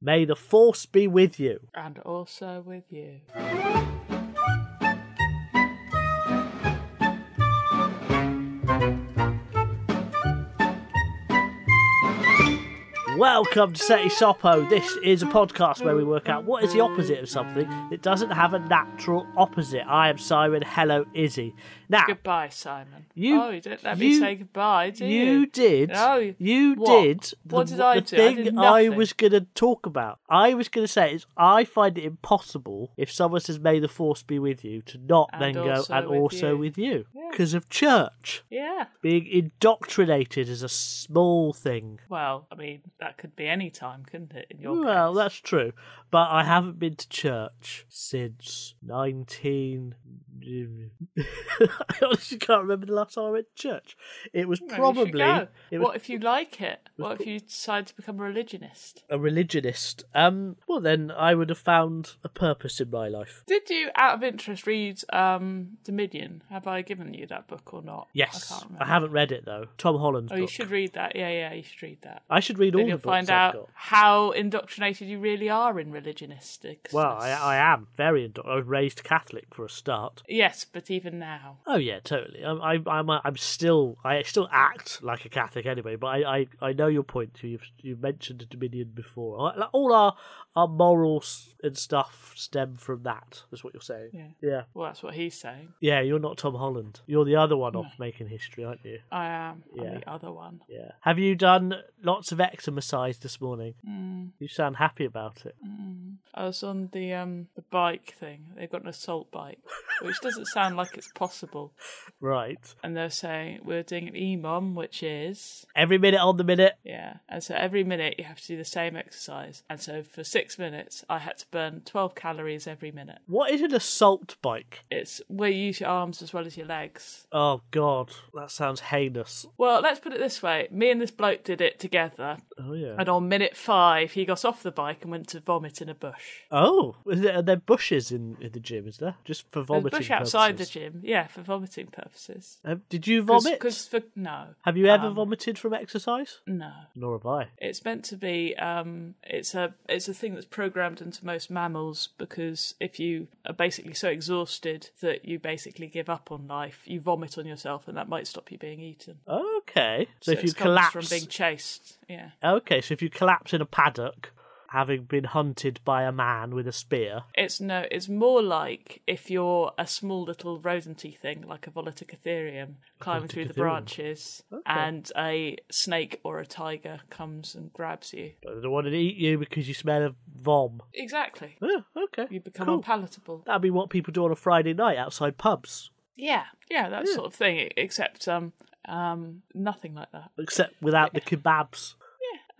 May the force be with you. And also with you. Welcome to Seti Sopo. This is a podcast where we work out what is the opposite of something that doesn't have a natural opposite. I am Simon. Hello, Izzy. Now, Goodbye, Simon. You- oh, you don't let you- me say goodbye, do you? you did. No. You What? did. the- What did I the do? I thing did I, nothing. was going to talk about. I was going to say is I find it impossible if someone says "May the force be with you" to not And then go also and with also you." with you Yeah. because of church Yeah. being indoctrinated is a small thing. Well, I mean, that could be any time, couldn't it? In your Well, case? that's true. But I haven't been to church since 19. I honestly can't remember the last time I went to church. It was Maybe you should probably go. it was What if you like it? What if you decide to become a religionist? a religionist. Um, well, then I would have found a purpose in my life. Did you, out of interest, read um, Dominion? Have I given you that book or not? I Yes, can't I, remember. haven't read it though. Tom Holland's Oh, book. you should read that. Yeah, yeah, you should read that. I should read all Then the you'll books find I've out got. how indoctrinated you really are in religionistics. Well, I, I am very. Indo- I was raised Catholic for a start. Yes, but even now. Oh yeah, totally. I'm I, I'm uh, I'm still I still act like a Catholic anyway, but I, I, I know your point too. You've you mentioned Dominion before. Like, like, All our our morals and stuff stem from that. Is what you're saying? Yeah. Yeah. Well, that's what he's saying. Yeah. You're not Tom Holland. You're the other one off making history, aren't you? I am. I'm Yeah. the other one. Yeah. Have you done lots of exercise this morning? You sound happy about it. I was on the um the bike thing. They've got an assault bike, which doesn't sound like it's possible. Right. And they're saying we're doing an EMOM, which is Every minute on the minute. yeah. And so every minute you have to do the same exercise. And so for six minutes, I had to burn twelve calories every minute. What is an assault bike? It's where you use your arms as well as your legs. Oh God, that sounds heinous. Well, let's put it this way: me and this bloke did it together. Oh yeah. And on minute five, he got off the bike and went to vomit in a bush. Oh, is there, are there bushes in, in the gym? Is there just for There's a vomiting? bush outside purposes? the gym, yeah, for vomiting purposes. Um, did you Cause, vomit? 'cause um, for no, have you ever vomited from exercise? no. Nor have I. It's meant to be. Um, it's a it's a thing that's programmed into most mammals because if you are basically so exhausted that you basically give up on life, you vomit on yourself, and that might stop you being eaten. Okay, so, if it you comes collapse, from being chased, yeah, okay, so if you collapse in a paddock, having been hunted by a man with a spear. it's no. It's more like if you're a small little rodenty thing, like a Voliticitherium, climbing through the Voliticitherium. branches, and a snake or a tiger comes and grabs you. but They wanted to eat you because you smell of vom. Exactly. Oh, okay, You become cool. unpalatable. That'd be what people do on a Friday night outside pubs, Yeah, yeah, that sort of thing. e- Except um, um, nothing like that. except without the kebabs.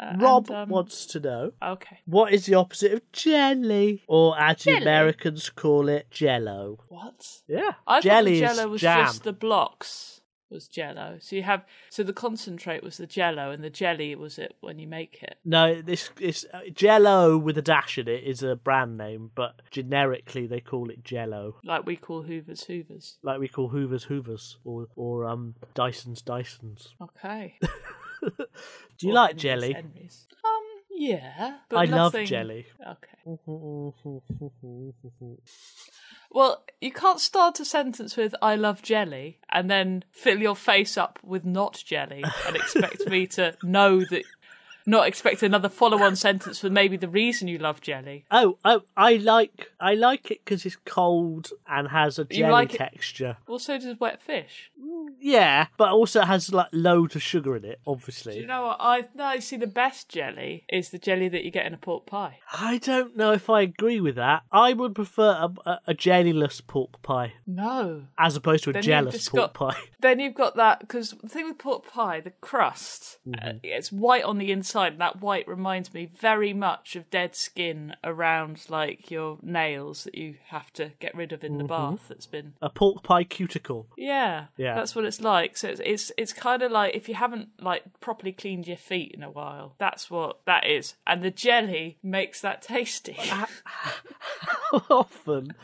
Uh, Rob and, um, wants to know Okay. What is the opposite of jelly? Or as the Americans call it, jello. What? Yeah. I jelly thought the Jello is was jam. just the blocks. Was Jello? So you have so the concentrate was the Jello, and the jelly was it when you make it. No, this is uh, jello with a dash in it is a brand name, but generically they call it jello. Like we call Hoovers Hoovers. Like we call Hoovers Hoovers or or um Dyson's Dysons. Okay. Do you Or like Henry's jelly? Henry's. Um. Yeah. But I love nothing- jelly. Okay. I Well, you can't start a sentence with "I love jelly" and then fill your face up with "not jelly" and expect me to know that, not expect another follow-on sentence for maybe the reason you love jelly. Oh, oh, I like I like it because it's cold and has a jelly like it- texture. Well, so does wet fish. Yeah, but also has like loads of sugar in it, obviously. Do you know what? I no, you see, the best jelly is the jelly that you get in a pork pie. I don't know if I agree with that. I would prefer a, a, a jellyless pork pie No. as opposed to a Then you've jealous just pork got- pie. Then you've got that because the thing with pork pie, the crust, Mm-hmm. uh, it's white on the inside. And that white reminds me very much of dead skin around like your nails that you have to get rid of in the bath. That's been A pork pie cuticle. yeah, Mm-hmm. Yeah. That's what it's like. So it's it's, it's kind of like if you haven't like properly cleaned your feet in a while. That's what that Ah. is. And the jelly makes that tasty. Often,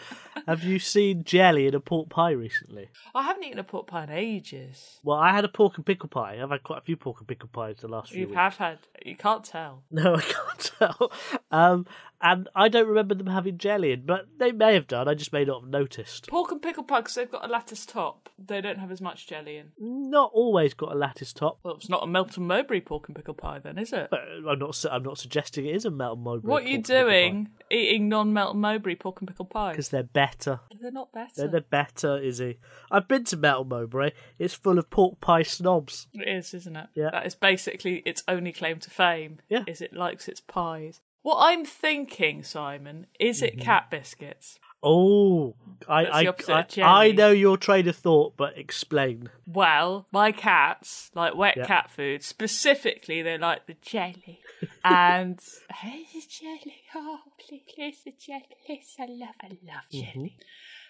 Have you seen jelly in a pork pie recently? I haven't eaten a pork pie in ages. Well, I had a pork and pickle pie. I've had quite a few pork and pickle pies the last few You weeks. have had. You can't tell. No, I can't tell. Um, and I don't remember them having jelly in, but they may have done. I just may not have noticed. Pork and pickle pie, 'cause they've got a lattice top. They don't have as much jelly in. Not always got a lattice top. Well, it's not a Melton Mowbray pork and pickle pie, then, is it? But I'm not. su- I'm not suggesting it is a Melton Mowbray. What are you doing eating non Melton Mowbray pork and pickle pies? Because they're better. They're not better. They're the better, Izzy. I've been to Melton Mowbray. It's full of pork pie snobs. It is, isn't it? Yeah. That is basically its only claim to fame. Yeah. Is it likes its pies. What I'm thinking, Simon, is Mm-hmm. it cat biscuits? Oh, That's the I, opposite I, of I, jelly. I know your train of thought, but explain. Well, my cats like wet Yeah. cat food. Specifically, they like the jelly. and hey, the jelly. Oh, please, please, the jelly. Please, I love, I love jelly.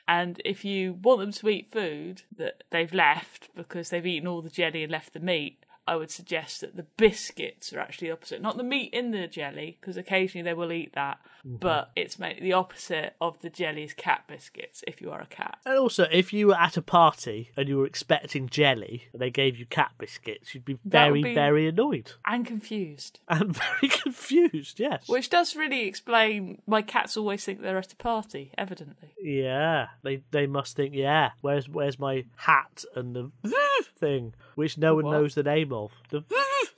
And if you want them to eat food that they've left because they've eaten all the jelly and left the meat, I would suggest that the biscuits are actually the opposite. Not the meat in the jelly, because occasionally they will eat that, but it's made the opposite of the jelly's cat biscuits if you are a cat. And also, if you were at a party and you were expecting jelly and they gave you cat biscuits, you'd be That very, would be- very annoyed And confused. and very confused. Yes. Which does really explain why cats always think they're at a party, evidently. Yeah, they they must think. Yeah, where's where's my hat and the thing, which no one What? knows the name of. The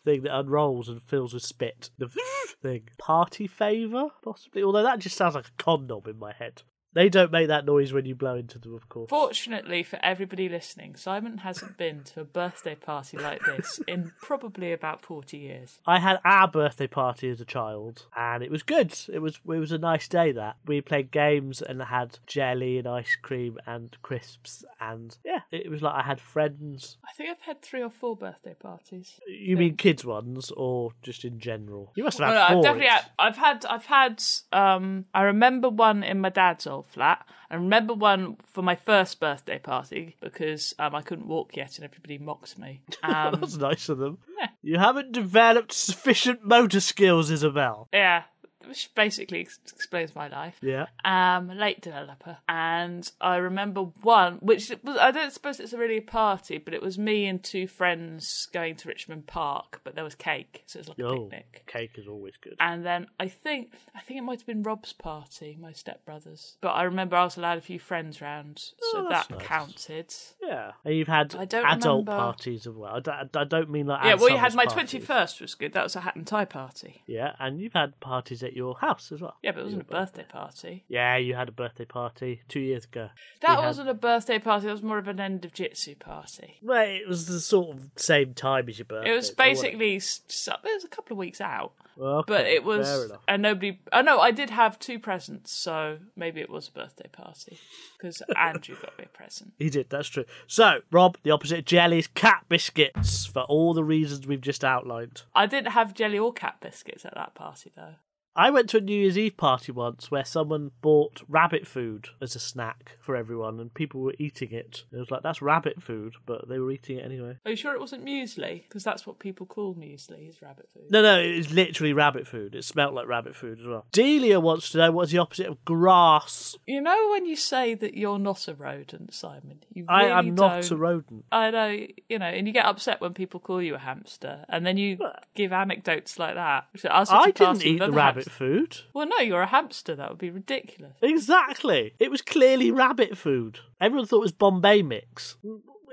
thing that unrolls and fills with spit. The thing. Party favor, possibly. Although that just sounds like a condom in my head. They don't make that noise when you blow into them, of course. Fortunately for everybody listening, Simon hasn't been to a birthday party like this in probably about 40 years. I had our birthday party as a child, and it was good. It was it was a nice day. That we played games and had jelly and ice cream and crisps, and yeah, it was like I had friends. I think I've had three or four birthday parties. You mean kids ones or just in general? You must have had Well, I've four. definitely each. had, I've had I've had um I remember one in my dad's old flat. I remember one for my first birthday party because um I couldn't walk yet and everybody mocked me. Um That's nice of them. Yeah. You haven't developed sufficient motor skills, Isabel. yeah, which basically ex- explains my life. Yeah. um, late developer, and I remember one which was, I don't suppose it's really a party, but it was me and two friends going to Richmond Park, but there was cake, so it was like a Oh, picnic. cake is always good. And then I think I think it might have been Rob's party, my stepbrother's. But I remember I was allowed a few friends round, so Oh, that's that nice. counted. Yeah. And you've had I don't adult remember- parties as well. I don't, I don't mean like Yeah, well, you Anselm's had my parties. twenty first was good. That was a hat and tie party. Yeah, and you've had parties at your house as well. Yeah, but it wasn't a birthday party. Yeah, you had a birthday party two years ago. That had- wasn't a birthday party. That was more of an end of jitsu party. Well, it was the sort of same time as your birthday. It was though, wasn't basically s- so- it was a couple of weeks out, it? Okay, but it Fair was enough. and nobody. Oh no, I did have two presents, so maybe it was a birthday party because Andrew got me a present. He did, that's true. So, Rob, the opposite of jellies, cat biscuits, for all the reasons we've just outlined. I didn't have jelly or cat biscuits at that party though. I went to a New Year's Eve party once where someone bought rabbit food as a snack for everyone and people were eating it. It was like, that's rabbit food, but they were eating it anyway. Are you sure it wasn't muesli? Because that's what people call muesli is rabbit food. No, no, it was literally rabbit food. It smelt like rabbit food as well. Delia wants to know what's the opposite of grass. You know when you say that you're not a rodent, Simon. You really I am not don't- a rodent. I know, you know, and you get upset when people call you a hamster, and then you give anecdotes like that. So I, was at a I didn't party eat with the other rabbit hamsters. food. Well, no, you're a hamster. That would be ridiculous. Exactly. It was clearly rabbit food. Everyone thought it was Bombay mix.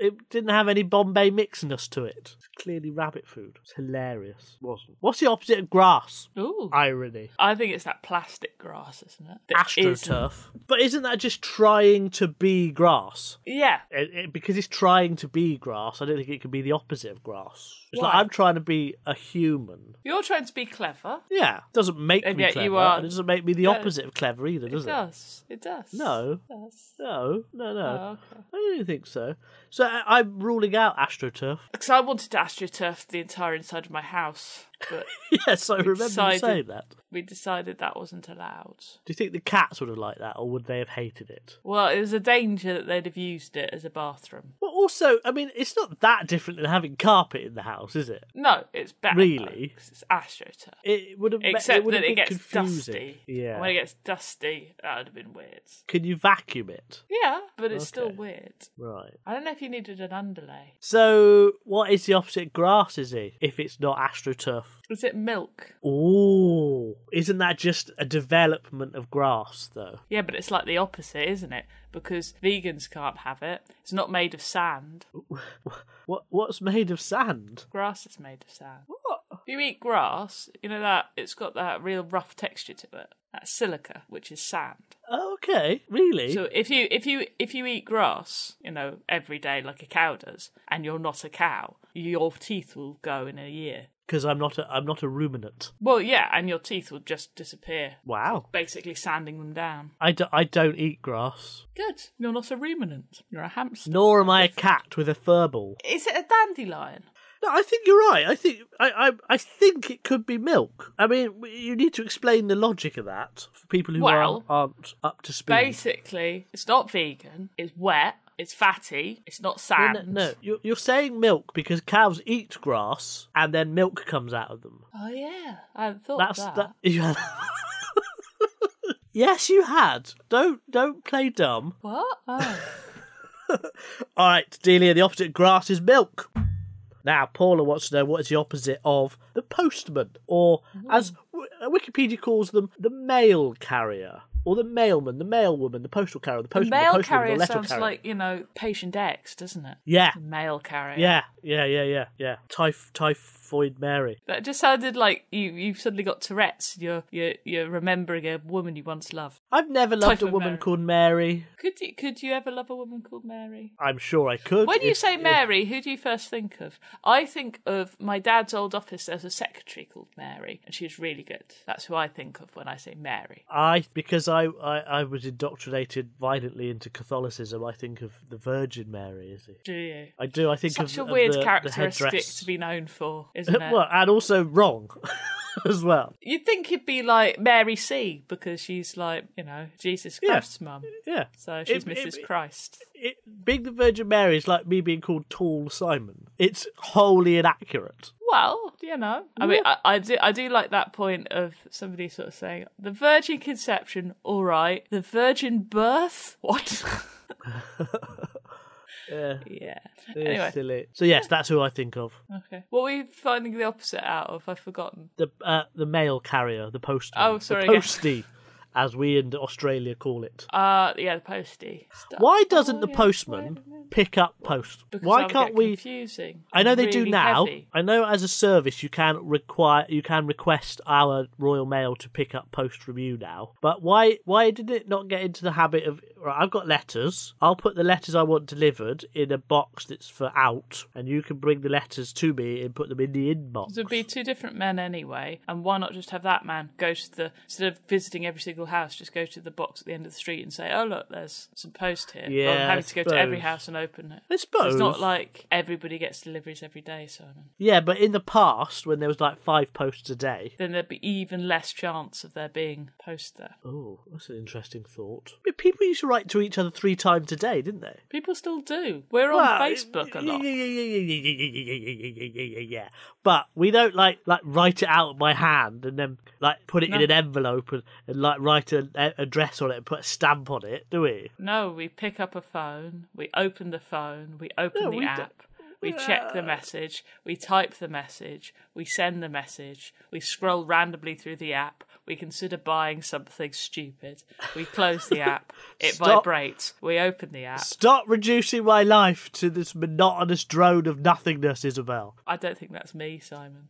It didn't have any Bombay mixness to it. It's clearly rabbit food. It's hilarious. Wasn't. What's the opposite of grass? Ooh. I, Irony. think it's that plastic grass, isn't it? That isn't- Astroturf. But isn't that just trying to be grass? Yeah. It, it- because it's trying to be grass, I don't think it can be the opposite of grass. It's like Why? I'm trying to be a human. You're trying to be clever. Yeah, doesn't make And me yet clever. you are- and It doesn't make me the opposite of clever either, does It it? does. It does. No, It does. no, no, no. Oh, okay. I don't think so. So I- I'm ruling out AstroTurf. Because I wanted to astroturf the entire inside of my house. but yes, I remember you decided- saying that. we decided that wasn't allowed. Do you think the cats would have liked that, or would they have hated it? Well, it was a danger that they'd have used it as a bathroom. Well, also, I mean, it's not that different than having carpet in the house, is it? No, it's better. Really? though, 'cause it's astroturf. It would have. me- Except it would that have it been gets confusing. dusty. Yeah. When it gets dusty, that would have been weird. Can you vacuum it? Yeah, but it's still Okay. weird. Right. I don't know if you needed an underlay. So, what is the opposite of grass? Is it if it's not astroturf? Is it milk? Ooh, isn't that just a development of grass, though? Yeah, but it's like the opposite, isn't it? Because vegans can't have it. It's not made of sand. What what's made of sand? Grass is made of sand. If you eat grass, you know that it's got that real rough texture to it. That's silica, which is sand. Oh, Okay, really? So if you if you if you eat grass, you know, every day like a cow does, and you're not a cow, your teeth will go in a year. Because I'm not a I'm not a ruminant. Well, yeah, and your teeth will just disappear, Wow. basically sanding them down. I, do, I don't eat grass, Good. You're not a ruminant. You're a hamster. nor am I a cat with a fur ball. Is it a dandelion? No, I think you're right. I think I, I I think it could be milk. I mean, you need to explain the logic of that for people who Well, aren't, aren't up to speed. Basically, it's not vegan. It's wet. It's fatty. It's not No, sand. no, no, you're, you're saying milk because cows eat grass and then milk comes out of them. Oh yeah, I hadn't thought That's that. that. Yeah. yes, you had. Don't don't play dumb. What? Oh. All right, Delia. The opposite of grass is milk. Now, Paula wants to know what is the opposite of the postman, or as w- uh, Wikipedia calls them, the mail carrier, or the mailman, the mailwoman, the postal carrier, the postman, the Mail postwoman, carrier the letter sounds carrier. like you know patient X, doesn't it? yeah, Mail carrier. yeah, yeah, yeah, yeah, yeah. Typh- typhoid Mary. That just sounded like you you've suddenly got Tourette's. You're you're you're remembering a woman you once loved. I've never loved a Typhoid woman Mary. called Mary. Could you could you ever love a woman called Mary? I'm sure I could. When you if- say if- Mary, who do you first think of? I think of my dad's old office. There's a secretary called Mary, and she was really good. That's who I think of when I say Mary. I because I, I I was indoctrinated violently into Catholicism. I think of the Virgin Mary. Is it? Do you? I do. I think Such of a of weird the, the characteristic headdress. to be known for, isn't it? well, and also wrong as well. You'd think it'd be like Mary C because she's like you know Jesus Yeah. Christ's mum, Yeah. so she's It- it- Mrs. Christ. It, being the Virgin Mary is like me being called Tall Simon. It's wholly inaccurate. Well, you know, I mean, I, I do, I do like that point of somebody sort of saying the Virgin conception, all right, the Virgin birth, what? Yeah. yeah. it's Anyway, silly. So yes, that's who I think of. okay. What were you finding the opposite out of? I've forgotten. The uh, the mail carrier, the postman. Oh, sorry, The yeah. postie, as we in Australia call it. Uh, yeah, the postie stuff. Why doesn't Oh, the yeah, postman why- pick up post? Because that Why would can't get we? Confusing. I know they do Really now. heavy. I know as a service you can require you can request our Royal Mail to pick up post from you now. But why why did it not get into the habit of right, I've got letters. I'll put the letters I want delivered in a box that's for out and you can bring the letters to me and put them in the inbox. There'd be two different men anyway, and why not just have that man go to the instead of visiting every single house, just go to the box at the end of the street and say, "Oh look, there's some post here." Yeah, rather than I having to go to every suppose. house and open it. I So suppose. It's not like everybody gets deliveries every day, Simon. Yeah, but in the past when there was like 5 posts a day. Then there'd be even less chance of there being post there. Oh, that's an interesting thought. But people used to write to each other 3 times a day, didn't they? People still do. We're on Well, Facebook a yeah, lot. Yeah, yeah, yeah, yeah, yeah, yeah, yeah, yeah, yeah, yeah, yeah, yeah. But we don't like like write it out by hand and then like put it in No. an envelope and, and like write an a- address on it and put a stamp on it, do we? No, we pick up a phone, we open the phone, we open No, the we uh, don't- app, we check the message, we type the message, we send the message, we scroll randomly through the app, we consider buying something stupid, we close the app, it Stop. vibrates, we open the app. Stop reducing my life to this monotonous drone of nothingness, Isabel. I don't think that's me, Simon.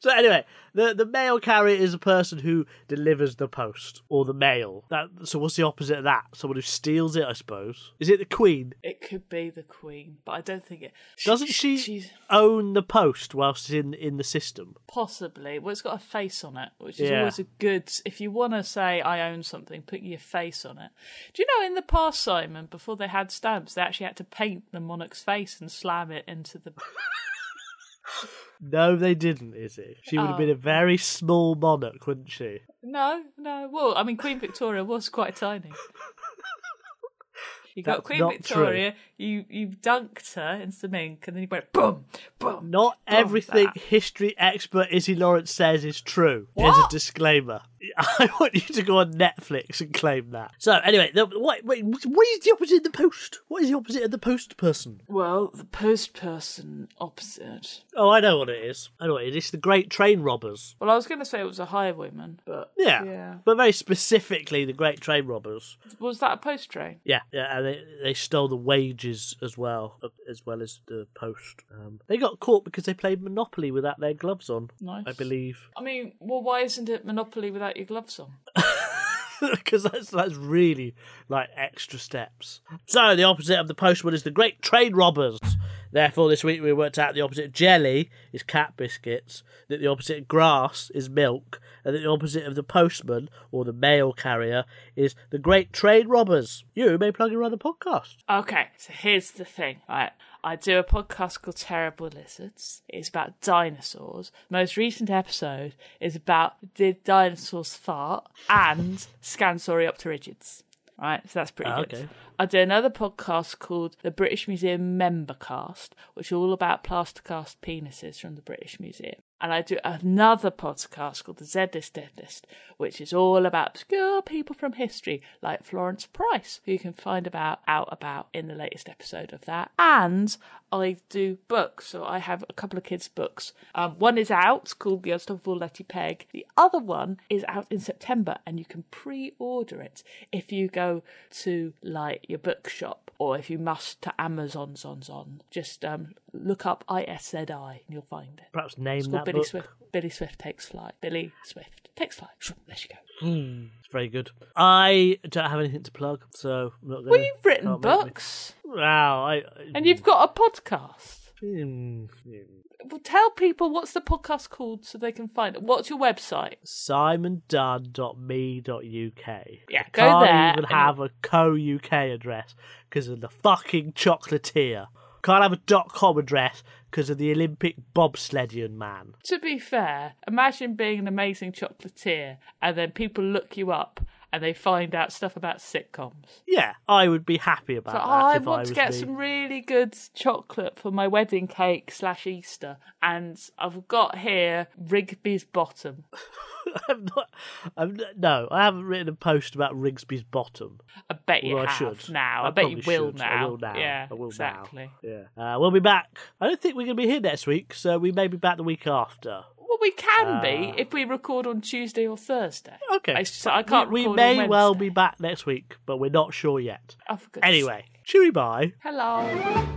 So anyway, the the mail carrier is a person who delivers the post or the mail. That so what's the opposite of that? Someone who steals it, I suppose. Is it the Queen? It could be the Queen, but I don't think it. Doesn't she She's own the post whilst in in the system? possibly. Well, it's got a face on it, which is Yeah. always a good. If you want to say I own something, put your face on it. Do you know in the past, Simon, before they had stamps, they actually had to paint the monarch's face and slam it into the No, they didn't, Izzy. She would have Oh. been a very small monarch, wouldn't she? No, no. Well, I mean, Queen Victoria was quite tiny. You got That's Queen not Victoria. You you dunked her in some ink, and then you went boom, boom. Not boom, everything that. history expert Izzy Lawrence says is true. There's a What? disclaimer. I want you to go on Netflix and claim that. So, anyway, the, what, wait, what is the opposite of the post? What is the opposite of the post person? Well, the post person opposite. Oh, I know what it is. I know what it is. It's the Great Train Robbers. Well, I was going to say it was a highwayman, but Yeah. Yeah. But very specifically, the Great Train Robbers. was that a post train? Yeah, yeah, and they, they stole the wages as well, uh, as well as the post. Um, they got caught because they played Monopoly without their gloves on, Nice. I believe, I mean, well, why isn't it Monopoly without your gloves on? because that's that's really like extra steps. So the opposite of the postman is the Great Train Robbers. Therefore, this week we worked out the opposite of jelly is cat biscuits, that the opposite of grass is milk, and that the opposite of the postman or the mail carrier is the Great Train Robbers. You may plug your other podcast. Okay, so here's the thing, right? I do a podcast called Terrible Lizards. It's about dinosaurs. Most recent episode is about did dinosaurs fart and Scansoriopterygids. Right, so that's pretty Ah, good. okay. I do another podcast called the British Museum Membercast, which are all about plaster cast penises from the British Museum. And I do another podcast called the Z List Dead List, which is all about obscure people from history, like Florence Price, who you can find about out about in the latest episode of that. And I do books, so I have a couple of kids' books. Um, one is out called The Unstoppable Letty Peg. The other one is out in September, and you can pre-order it if you go to like your bookshop or if you must to Amazon, on, on. Just um, look up ISZI and you'll find it. Perhaps name It's that called Billy book. Swift. Billy Swift takes flight. Billy Swift takes flight. Shoo, There she goes. It's Hmm, very good. I don't have anything to plug, so I'm not going. Well, you've written can't make me- books Wow, I. and you've got a podcast. Hmm. Well, tell people what's the podcast called so they can find it. What's your website? simondunn.me.uk. Yeah, I go can't there even and- have a co UK address because of the fucking chocolatier. Can't have a dot com address because of the Olympic bobsledding man. To be fair, imagine being an amazing chocolatier and then people look you up and they find out stuff about sitcoms. Yeah, I would be happy about So that. I if I want was to get me. some really good chocolate for my wedding cake slash Easter, and I've got here Rigby's Bottom. I'm not. I'm not- no, I haven't written a post about Rigsby's bottom. I bet you Well, I have should now. I, I, bet you probably will should. now. I will now. Yeah, I will exactly. now. Yeah. Uh, we'll be back. I don't think we're going to be here next week, so we may be back the week after. Well, we can be if we record on Tuesday or Thursday. Uh, Okay. It's just that I can't. we, we record may on well Wednesday. be back next week, but we're not sure yet. Oh, for goodness Anyway, cheery bye. sake. hello.